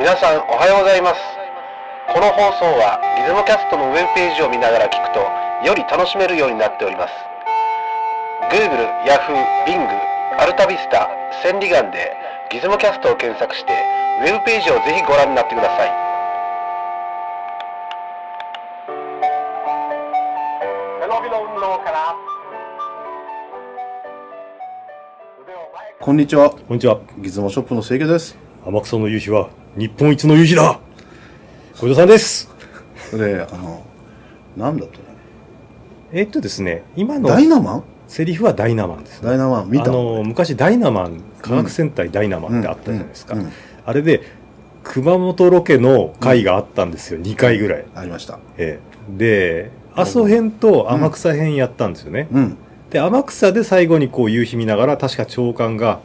皆さんおはようございますこの放送はリズムキャストのウェブページを見ながら聞くとより楽しめるようになっております Google、Yahoo、Bing、アルタビスタ、センリガンでギズムキャストを検索してウェブページをぜひご覧になってくださいこんにちは。こんにちは。ギズモショップの清家です。天草の夕日は日本一の夕日だ小田さんですで、あの、なんだったのえっとですね、今のダイナマンセリフはダイナマンですね。ダイナマン見たあの、昔ダイナマン、科学戦隊ダイナマンってあったじゃないですか。うんうんあれで、熊本ロケの回があったんですよ、2回ぐらい。ありました。ええで、阿蘇編と天草編やったんですよね。うん。で、天草で最後にこう夕日見ながら、確か長官が、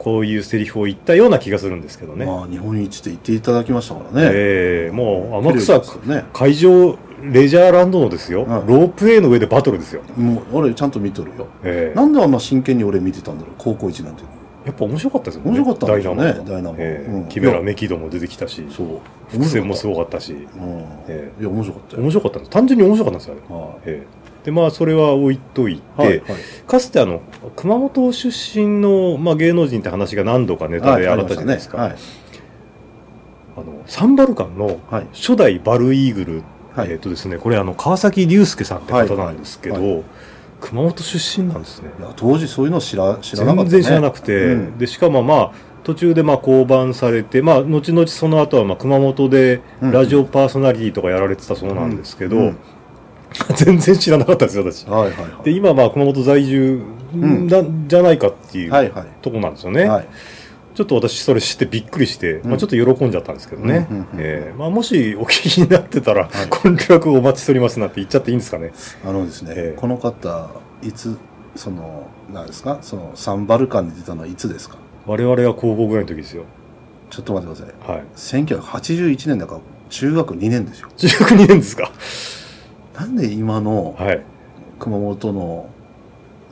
こういうセリフを言ったような気がするんですけどね。まあ、日本一って言っていただきましたからね。ええもう天草テレビですよね会場レジャーランドのですよ、はいロープウェイの上でバトルですよ、もう、俺ちゃんと見とるよ。ええなんであんな真剣に俺見てたんだろう、高校1年の時。やっぱ面白かったですよね面白かったんですよねダダイイナナモモンええうん木べらメキドも出てきたしそう。伏線もすう。ごかったしうん。えいや、面白かったよ。面白かったんです単純に面白かったんですよあれ、はええでまあそれは置いといいて、はい。はいかつてあの熊本出身の、まあ、芸能人って話が何度かネタはいであありっまたしたじゃないねです。か、はい。あのサンバルカンのはい。初代バルイーグルはいえっ、とですね、これあの川崎隆介さんって方なんですけど、はいは熊本出身なんですね。いや、当時そういうの知ら、知らなかった、ね。全然知らなくて、うんでしかもまあ途中でまあ降板されて、まあ後々その後はまあ熊本でうんラジオパーソナリティとかやられてたそうなんですけど、うん 全然知らなかったんですよ私。はいはいはい。で今まあ熊本在住んだ、じゃないかっていう。はいはい。とこなんですよね、はい。ちょっと私それ知ってびっくりして、まあ、ちょっと喜んじゃったんですけどねうんうんうんうんえーまあもしお聞きになってたらはい「婚約お待ちしております」なんて言っちゃっていいんですかねあのですね、ええこの方、いつ、その、なんですか、その、サンバルカンに出たのはいつですか我々が高校ぐらいの時ですよ。ちょっと待ってください。はい。 1981年だから、中学2年ですよ。中学2年ですか。なんで今のはい。熊本の、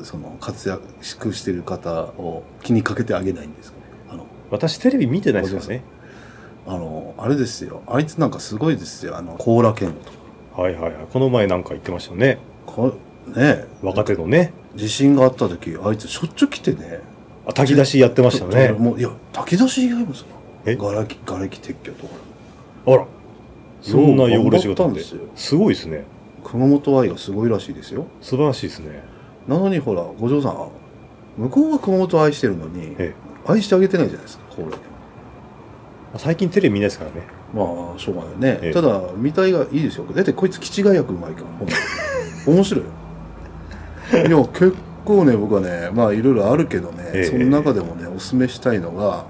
その、活躍してる方を気にかけてあげないんですかあの、私テレビ見てないですからね。あの、あれですよ。あいつなんかすごいですよ。あの、甲羅剣とか。はいはいはい。この前なんか言ってましたよね。こねえ若手のね。地震があった時、あいつしょっちゅう来てね。あ炊き出しやってましたよちょっとね。もう、いや、炊き出し以外もそえの、がれき、がれき撤去とか。あら。そんな汚れ仕よう頑張った事っんでてすよ。すごいですね。熊本愛がすごいらしいですよ素晴らしいですね。なのにほら五条さん向こうは熊本を愛してるのにええ愛してあげてないじゃないですかこれ最近テレビ見ないですからね。まあしょうがないね、ええただ見たいがいいですよだってこいつ気違い役うまいからほんと 面白いよいや結構ね僕はねまあいろいろあるけどね、ええその中でもねおすすめしたいのが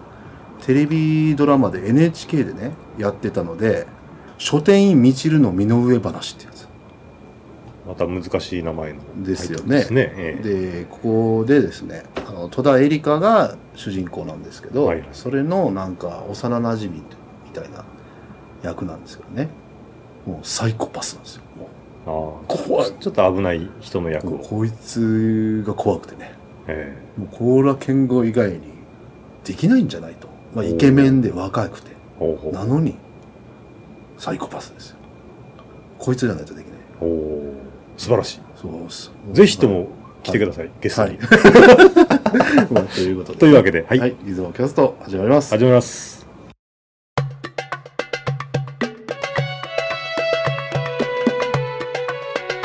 テレビドラマで NHK でねやってたので「書店員みちるの身の上話」ってやつまた難しい名前の。ですよねですね。ええでここでですねあの戸田恵梨香が主人公なんですけど、はいはいそれのなんか幼なじみみたいな役なんですけどねもうサイコパスなんですよもあー怖いちょっと危ない人のう役もうを。こいつが怖くてねえもう高良健吾以外にできないんじゃないと、まあ、イケメンで若くてえほうほうなのにサイコパスですよこいつじゃないとできないほう。素晴らしそうっすい。ぜひとも来てください。ゲストに。 まあということでというわけで、はい。はい、伊豆キャスト始まります始めます。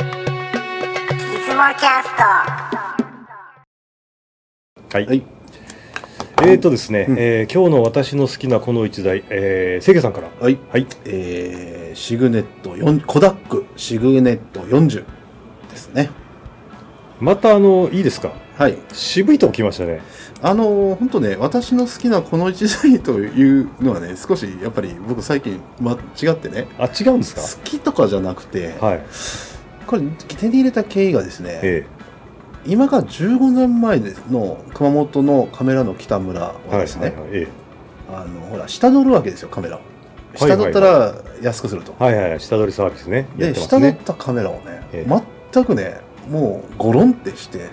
はいつもキャストい。はいえーとですね、えー今日の私の好きなこの一台、えー、せいけさんから。はいはい。えーシグネット4、コダックシグネット40ですね。また、あの、いいですかはい。渋いとこ来ましたね。あのー、本当ね、私の好きなこの一台というのはね、少しやっぱり僕最近間違ってね、あ、違うんです好かきとかじゃなくて、はい。これ手に入れた経緯がですね、え今から15年前の熊本のカメラの北村はえはい。ですね、はいはい。えあの、ほら、下取るわけですよ、カメラを。いはい下取ったら安くすると。えはいはいはい。下取りサービスね。やで、って下ます取っね。たカメラをね、え全くね、もうゴロンってして、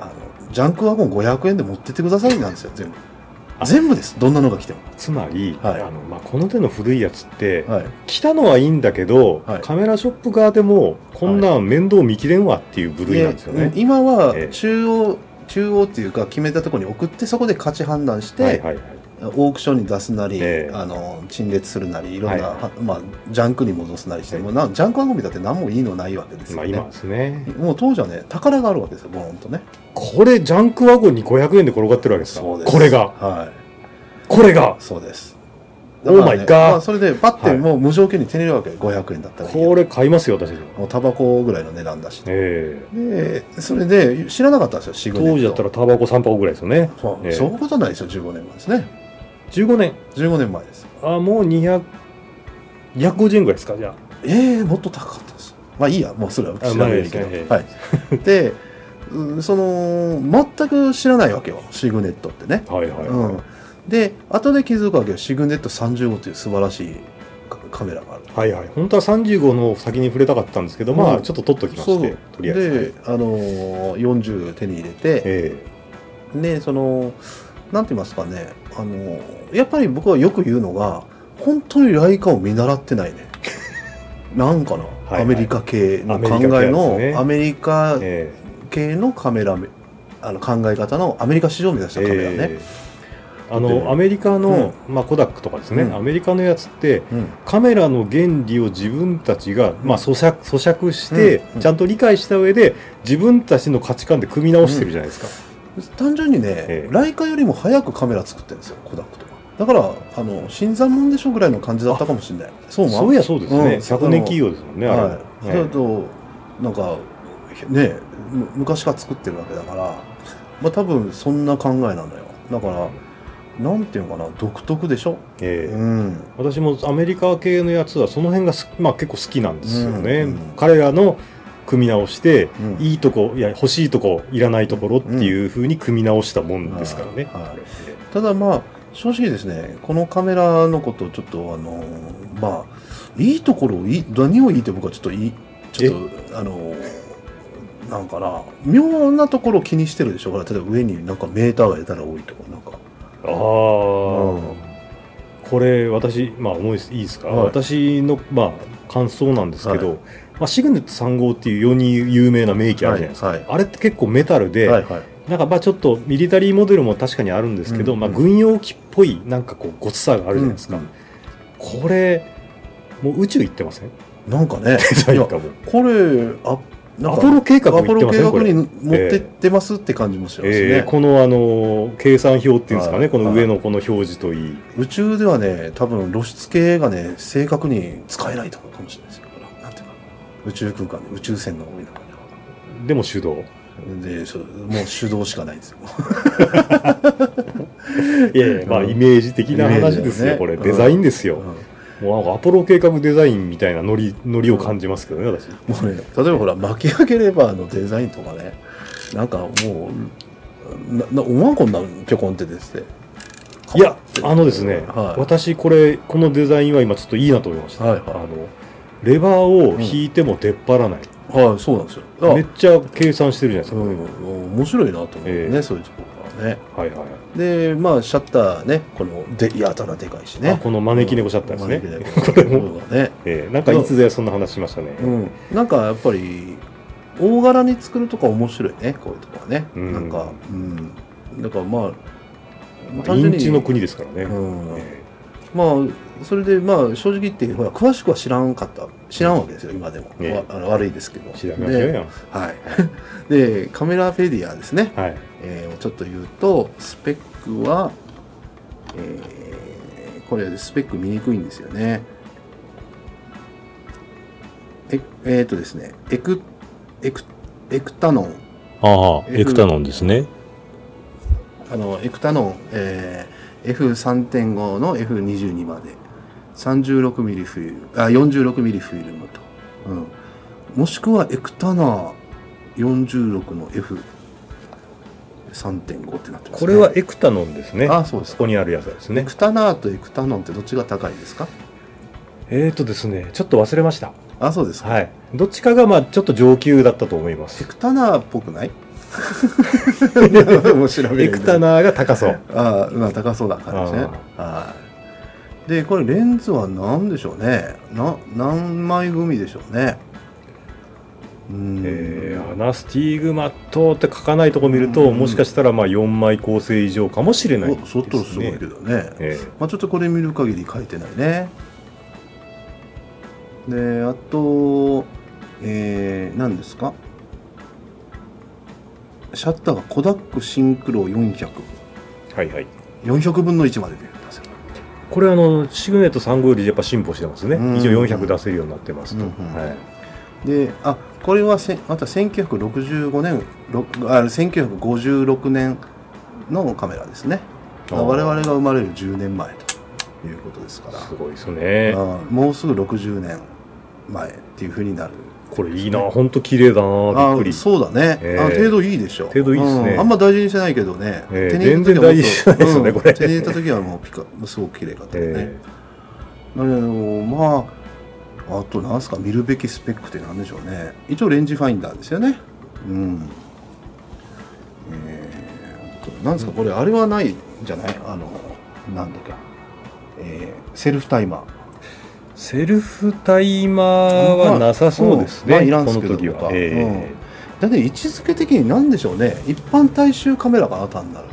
あの、ジャンクワゴン500円で持ってってくださいなんですよ、全部。あ全部ですどんなのが来てもつまり、はいあのまあ、この手の古いやつって、はい来たのはいいんだけど、はいカメラショップ側でもこんなん面倒見きれんわっていう部類なんですよね。で今はええ中央、中央っていうか決めたところに送ってそこで価値判断して、はいはいはいオークションに出すなり、ええあの陳列するなりいろんな、はいはまあ、ジャンクに戻すなりして、もうなジャンク番組だって何もいいのないわけですまよあね、今ですね。もう当時はね宝があるわけですよボーンとねこれジャンクワゴンに500円で転がってるわけですかこれがはいこれがそうですオーマイガだーからねまあ、それでパッはていもう無条件に手に入れるわけ、500円だったらいいよこれ買いますよ私でも。もうタバコぐらいの値段だし、ええでそれで知らなかったんですよシグネット当時だったらタバコ3箱ぐらいですよね。そう、ええそういうことないですよ15年前ですね15年15年前ですあもう200 250円ぐらいですかじゃええもっと高かったですまあいいやもうそれは調べればいいけど、あまあいいですねはいで、うんその全く知らないわけよシグネットってね、あ。はいはいはい。うん、で後で気づくわけよシグネット35という素晴らしいカカメラがあるはいはい、本当は35の先に触れたかったんですけど、まうあんちょっと取っときましてとりあえず、で、あのー40手に入れてえでそのなんて言いますかね、あのーやっぱり僕はよく言うのが本当にライカを見習って ないねなんかな、いはいアメリカ系のアメ考リカ系えなんですのねアメリカええ系のカメラめあの考え方のアメリカ市場を目指したえカメラね、えであのアメリカの、まあ、コダックとかですね、うんアメリカのやつってうんカメラの原理を自分たちが、まあ、咀嚼咀嚼して、うんうんちゃんと理解した上で自分たちの価値観で組み直してるじゃないですか、単純にね、ええライカよりも早くカメラ作ってるんですよコダックとかだからあの新参者でしょぐらいの感じだったかもしれないそうもあそういやそうですね、うん100年企業ですもんねあれ、はい、ええだとなんかねむ昔から作ってるわけだから、まあ、多分そんな考えなのよだからなんていうのかな独特でしょ、ええうん私もアメリカ系のやつはその辺がす、まあ、結構好きなんですよね、うんうん彼らの組み直して、うんいいとこいや欲しいとこいらないところっていうふうに組み直したもんですからね、うんはいただまあ正直ですねこのカメラのことをちょっとあのまあいいところをいい何をいいって僕はちょっといいちょっとあのなんかな妙なところを気にしてるでしょほら例えば上になんかメーターがやたら多いとかなんかああ、うんこれ私まあ思いいいですか、はい私のまあ感想なんですけど、はまあ、シグネット3号っていう世に有名な名機あるじゃないですか、はいはいあれって結構メタルで、はいはいなんかまあちょっとミリタリーモデルも確かにあるんですけど、うんまあ、軍用機っぽいなんかこうごつさがあるじゃないですか、うんこれもう宇宙行ってませんなんか ねデザいインやかもこれあなんアかポロ計画ア行ポってロま計せんこ画れに持ってってますって感じもしますね、えーこのあのー計算表っていうんですかね、はいこの上のこの表示といい、宇宙ではね多分露出系がね正確に使えないところかもしれないですよほらなんていうか宇宙空間で宇宙船が多い中でも手動ででそうもう手動しかないん ですよいやいやまあうんイメージ的な話イメーですよ、ジだよねこれうんデザインですよ、うんももうなんかアポロ計画デザインみたいなノリノリを感じますけどね私うね例えばほら巻き上げレバーのデザインとかねなんかもうなな思わんこんなんぴょこんってですねいやあのですね、はい私これこのデザインは今ちょっといいなと思いました、はいはいあのレバーを引いても出っ張らない、はいそうなんですよあめっちゃ計算してるじゃないですうか、これん、面白いなと思うね、ええそういうところがねはいはい、でまあシャッターねこのでやたらでかいしあねこの招き猫シャッターですね、招き 猫これもねえーなんかいつでそんな話しましたね、うん、なんかやっぱり大柄に作るとか面白いねこういうとこはね、うんなんかうんだからまあまあインチの国ですからね、うんえまあそれでまあ正直言ってほら詳しくは知らんかった知らんわけですよ今でも、ねわあの悪いですけどー、調べましたよ、で,、ね、はい、 でカメラフェディアですね、はいえーをちょっと言うとスペックは、えーこれスペック見にくいんですよねええー、とですねエクエクエクタノンああ、 F- エクタノンですね。あのエクタノン、えー F3.5 の F22 まで 36mm フィルムあ 46mm フィルムと、うん、もしくはエクタナー46の F3.5 ってなってます、ね、これはエクタノンですね。あそうですここにあるやつですエね。クタナーとエクタノンってどっちが高いですかえっ、ー、とですね、ちょっと忘れました。あそうですか、はい。どっちかが、まあ、ちょっと上級だったと思いまエす。クタナーっぽくない もう調べエクタナーが高そう。ああ、まあ、高そうな感じね。はい。で、これレンズは何でしょうね。な、何枚組でしょうね。うん。えーアナスティグマットって書かないとこ見ると、うんもしかしたらまあ4枚構成以上かもしれないお外すごいけどど、ね。えーまあ、ちょっとこれ見る限り書いてないね。で、あと、えー、何ですかシャッターがコダックシンクロ400。はいはい400分の1まで出るんですよ。これあのシグネット3号よりやっぱ進歩してますね、うん一応400出せるようになってますと、うんうんはい、で、あ、これはせまた1965年、ろあ1956年のカメラですね。あー我々が生まれる10年前ということですから。すごいですねあーもうすぐ60年前っていうふうになるこれいいな本当綺麗だなびっくりあそうだね、ええあ程度いいでしょ程度いいっすねうんあんま大事にしてないけどね、え手えに入れた時は全然大事にしてないですよねうんこれ手に入れた時はもうピカすごく綺麗かったよねえ、なのでまああとなんすか見るべきスペックってなんでしょうね一応レンジファインダーですよねうんえーあとなんですかこれあれはないんじゃないあのなんだっけ、えーセルフタイマーーセルフタイマーはなさそうですね、まあいらんこすのけど時とはか、ええうんだって位置づけ的に何でしょうね一般大衆カメラかな単なる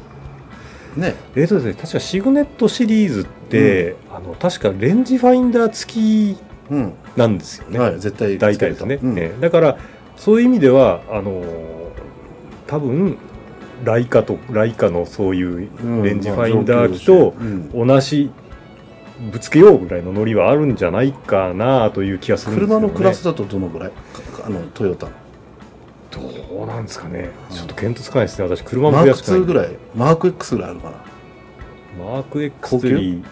ねえーとですね、確かシグネットシリーズって、あの確かレンジファインダー付きうんなんですよね、はい絶対大体ですね,、うんねだからそういう意味ではあのー多分ライカとライカのそういううんレンジファインダー機まあ上と級うん同じぶつけようぐらいのノリはあるんじゃないかなという気がするんですけ車ど、ね、のクラスだとどのぐらいかあのトヨタのどうなんですかねうんちょっと見当つかないですね私車もマー詳クしくない2ぐらいマーク X ぐらいあるかマーク高級 X3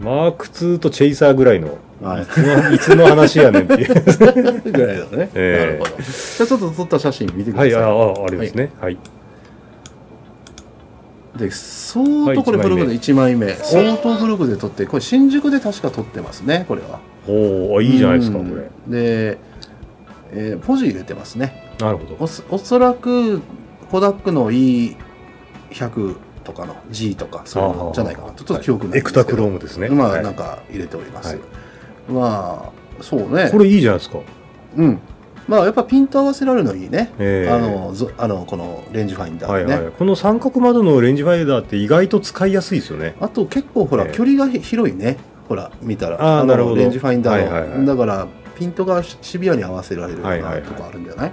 マーク2とチェイサーぐらいのなは いいつの話やねんっていうぐらいだね、なるええほどじゃあちょっと撮った写真見てくださ、はいいあああれですねはい、で相当これはいブログで1枚目相当ブログで撮ってこれ新宿で確か撮ってますねこれはおおいいじゃないですかこうんれで、えーポジ入れてますねなるほどおそおそらくコダックの E100 とかの G とかそういうのじゃないかなとちょっと記憶ないエんでクすけどタクロームですねまはあいなんか入れております、はまあそうねこれいいじゃないですか。うんまあやっぱピント合わせられるのいいね、ええあのぞあのこのレンジファインダはーいでね、はい、この三角窓のレンジファインダーって意外と使いやすいですよね。あと結構ほら、ええ距離がひ広いねほら見たらあーのなるほどレンジファインダーの、はいはいはいだからピントがシシビアに合わせられるようはいはいはないとこあるんじゃない、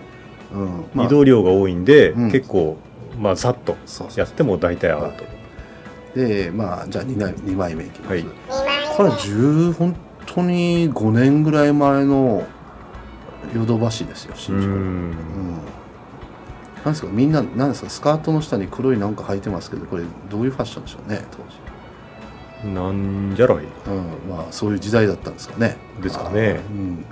うんまあ移動量が多いんで、うん結構、まあ、さっとそうそやうっても大体合うと。でまあじゃあ 2, 枚二枚目いきます、はいこれ10本当に5年ぐらい前のヨドバシですよう新宿のうんんなんですかみんななんですかスカートの下に黒いなんか履いてますけどこれどういうファッションでしょうね当時なんじゃらいうん、まあそういう時代だったんですかね。ですかねあーうん、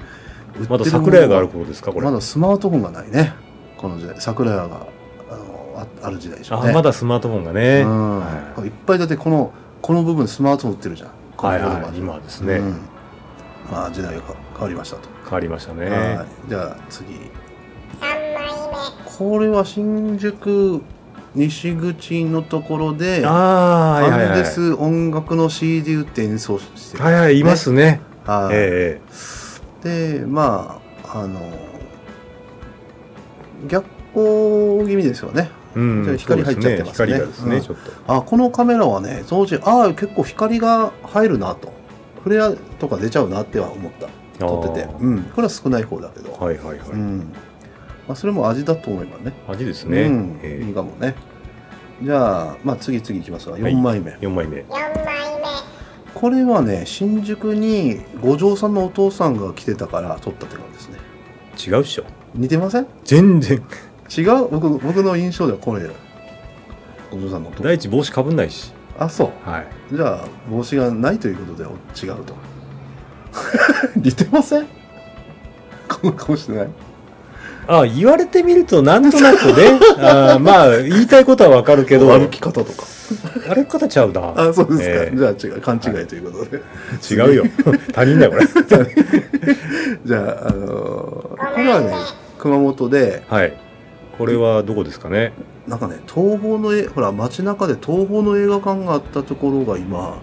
ま売っだてるもの桜屋がある頃ですか、これ。まだスマートフォンがないね。この時代桜屋があのあある時代でしょうあね。まだスマートフォンがね。うん、はいいっぱいだってこのこの部分スマートフォン売ってるじゃん。い、はいはい、今ですね、うん、まあ時代が変わりましたと。変わりましたね。はいじゃあ次。これは新宿西口のところで。ああー、はいはいアンはデい。ス音楽の CD 売って演奏してる、はいはい、いますね。はいえでまああの逆光気味ですよねえうんじゃあ光入っちゃってますねそうです光がですね、うんちょっと。あこのカメラはね当時ああ結構光が入るなとフレアとか出ちゃうなっては思った撮っててあーうんこれは少ない方だけど、はいはいはい。うんまあ、それも味だと思いますね味ですね。うんえいいかもねじゃあ、まあ、次々いきますがはい4枚目、え4枚目。これはね新宿に五条さんのお父さんが来てたから撮ったって感じですね違うっしょ。似てません全然。 違う僕僕の印象ではこれ五条さんのお父さん第一帽子かぶんないし。あそうはい。じゃあ帽子がないということでお違うと 似てませんこの顔してないあ言われてみるとなんとなく ねあーまあ言いたいことはわかるけど歩き方とか歩き方ちゃうなあそうですか、ええじゃあ違う勘違いということで、違うよ 他人だよこれじゃああのーこれはね熊本ではいこれはどこですかねなんかね東宝のえほら街中で東宝の映画館があったところが今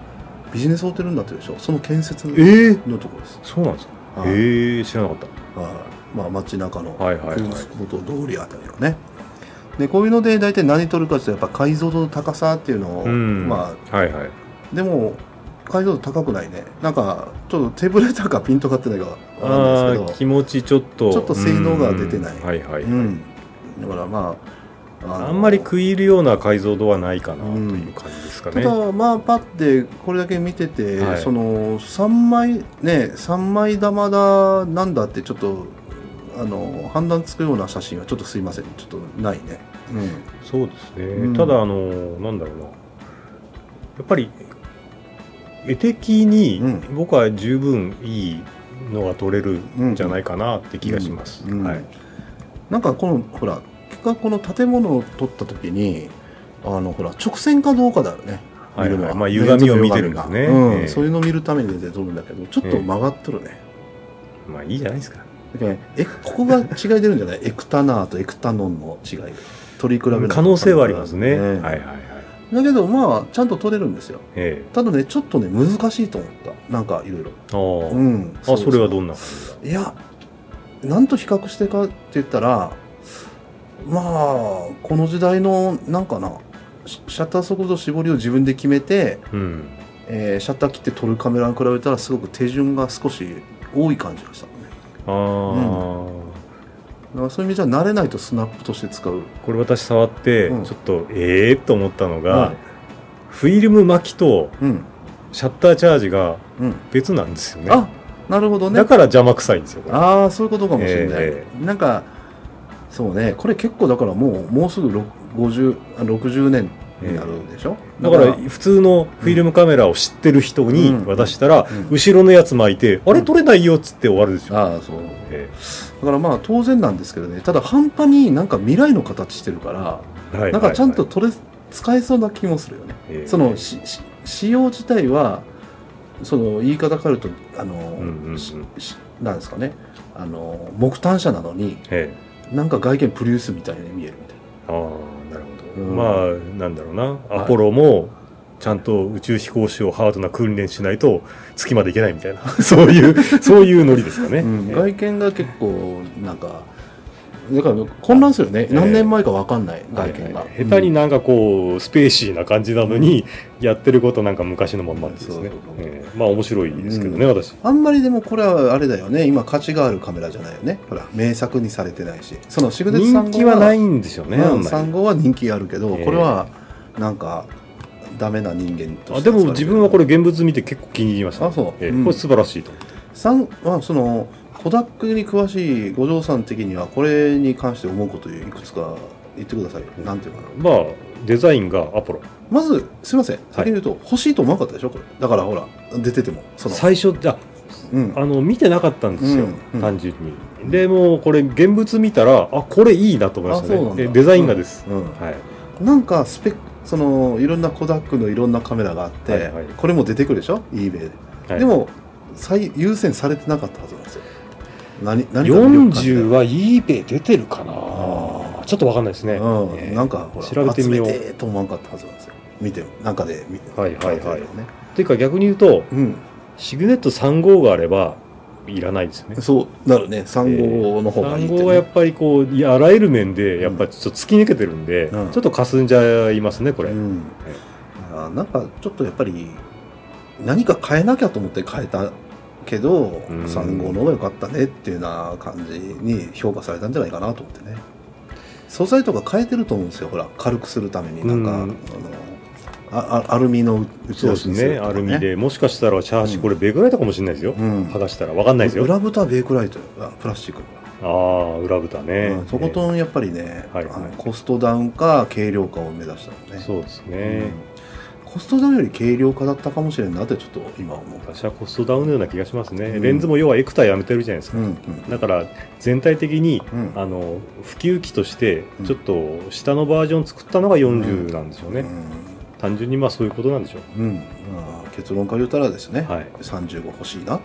ビジネスホテルになってるでしょその建設のええのところです、そうなんですかはいええ知らなかったはいまあ、街中のはいはいはい空スポット通りあたりのね、でこういうので大体何撮るかっていうとやっぱ解像度の高さっていうのを、うんまはいはいあでも解像度高くないねなんかちょっとテーブルレターかピントかってないかわかあらないあです気けど持ちちょっとちょっと性能が出てないうんはいはい、うん、だからまあのあんまり食い入るような解像度はないかなという感じですかたね、だまあパッてこれだけ見てて、はいその3枚ね三枚玉だなんだってちょっとあの判断つくような写真はちょっとすいませんちょっとないね、そうですね、うんただあのなんだろうなやっぱり絵的にう僕は十分いいのが撮れるんじゃないかなって気がします、うんはい、なんかこのほら結果この建物を撮った時にあのほら直線かどうかだよねはい見るのまあ歪みを見てるんですねうんええそういうのを見るために出て撮るんだけどちょっと曲がっとるね、まあいいじゃないですかだからえここが違い出るんじゃないエクタナーとエクタノンの違い取り比べると可能性はありますねええはいはいはいだけどまあちゃんと撮れるんですよええただねちょっとね難しいと思ったなんかいろいろあー、うんあそれはどなんな感じだいやなんと比較してかって言ったらまあこの時代のなんかなシシャッター速度絞りを自分で決めて、うんえーシャッター切って撮るカメラに比べたらすごく手順が少し多い感じがしたねああ、だからそういう意味じゃ慣れないとスナップとして使うこれ私触ってうんちょっとええと思ったのが、はいフィルム巻きとうんシャッターチャージがうん別なんですよねあなるほどねだから邪魔くさいんですよこれああそういうことかもしれない、えなんかそうねこれ結構だからもうもうすぐろ50あ60年になるでしょ、だから普通のフィルムカメラを知ってる人にうん渡したら、うん後ろのやつ巻いて、あうれん撮れないよっつって終わるでしょ、ああそうえだからまあ当然なんですけどねただ半端になんか未来の形してるから、えはいなんかちゃんとはい取れ使えそうな気もするよね、はいええそのしし使用自体はその言い方から言うとあの、うんうんししなんですかねあの木炭車なのにえなんか外見プリウスみたいに見えるみたいなえああなるほど、うんまあなんだろうなアポロもちゃんと宇宙飛行士をハードな訓練しないと月まで行けないみ たいなそういうそういうノリですかね、うんええ外見が結構なんかだから混乱するよね、ええ何年前か分かんない外見が、はいはい下手になんかこうスペーシーな感じなのに、やってることなんか昔のまんまですそうねそうそう、ええまあ面白いですけどね、私あんまりでもこれはあれだよね今価値があるカメラじゃないよねほら名作にされてないしそのシグネツ人気はないね、んでしょううね、ん、あんまり3号は人気あるけど、ええこれはなんかダメな人間とあして扱われてでるも自分はこれ現物見て結構気に入りました、あそうええうんこれ素晴らしいと思って3はそのコダックに詳しい五条さん的にはこれに関して思うこといくつか言ってくださいよなんていうかなまあデザインがアポロまずすいません先に言うと、欲しいと思わなかったでしょこれだからほら出ててもその最初あうんあの見てなかったんですよ、うんうん単純にでもうこれ現物見たらあこれいいなと思いましたあそうなんだねえデザインがです、うんはいなんかスペックそのいろんなコダックのいろんなカメラがあって、はいはいこれも出てくるでしょ eBay で、はいでも最優先されてなかったはずなんですよ何何かの魅力感じ40は eBay 出てるかなあちょっとわかんないですね、うんええなんかほら調べてみよう集めてーと思わなかったはずなんですよ見てなんかで見てはいはいはい見てるよねっていうか逆に言うとうんシグネット3号があればいらないですよねそうなるね3号の方がいい3ってね号はやっぱりこういやあらゆる面でやっぱちょっと突き抜けてるんで、うんちょっとかすんじゃいますねこれ、うん、あなんかちょっとやっぱり何か変えなきゃと思って変えたけど、ん3号の方が良かったねっていうような感じに評価されたんじゃないかなと思ってね素材とか変えてると思うんですよほら軽くするためになんか、うんあのああアルミの打ちそ出うでしすにするねとアかねルミでもしかしたらチャーシうーんこれベイクライトかもしれないですよ、うん剥がしたらわかんないですよ裏蓋ベイクライトよあプラスチックああ裏蓋ね、うんとことんやっぱりね、はいあのはいコストダウンか軽量化を目指したのえーねそうですうねん、コストダウンより軽量化だったかもしれんなってちょっと今思う私はコストダウンのような気がしますね、うんレンズも要はエクタやめてるじゃないですか、うんだから全体的にうんあの普及機としてうんちょっと下のバージョン作ったのが40なんでしょうね、単純にまあそういうことなんでしょううんうんまあ結論から言うたらですね、はい35欲しいなと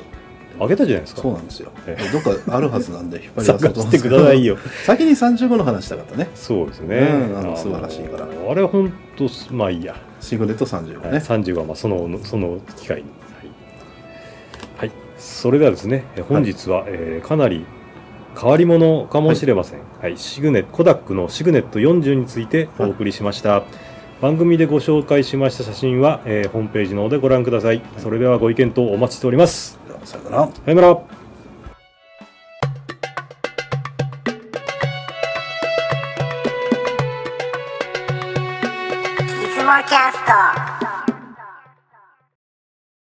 あげたじゃないですかそうなんですよえどっかあるはずなんで引っ張り出そう探と思うんでしてすけくどださいよ 先に35の話したかったねそうですね、うんあの素晴らしいからあれ本当まあいいや、シグレット35ね、はい、30はまあそのその機会にはい、はい、それではですねえ本日は、えーかなり変わり者かもしれません、はいシグネコダックのシグネット40についてお送りしました、番組でご紹介しました写真は、えーホームページの方でご覧ください、それではご意見等お待ちしておりますではさよならさよならいつもキャスト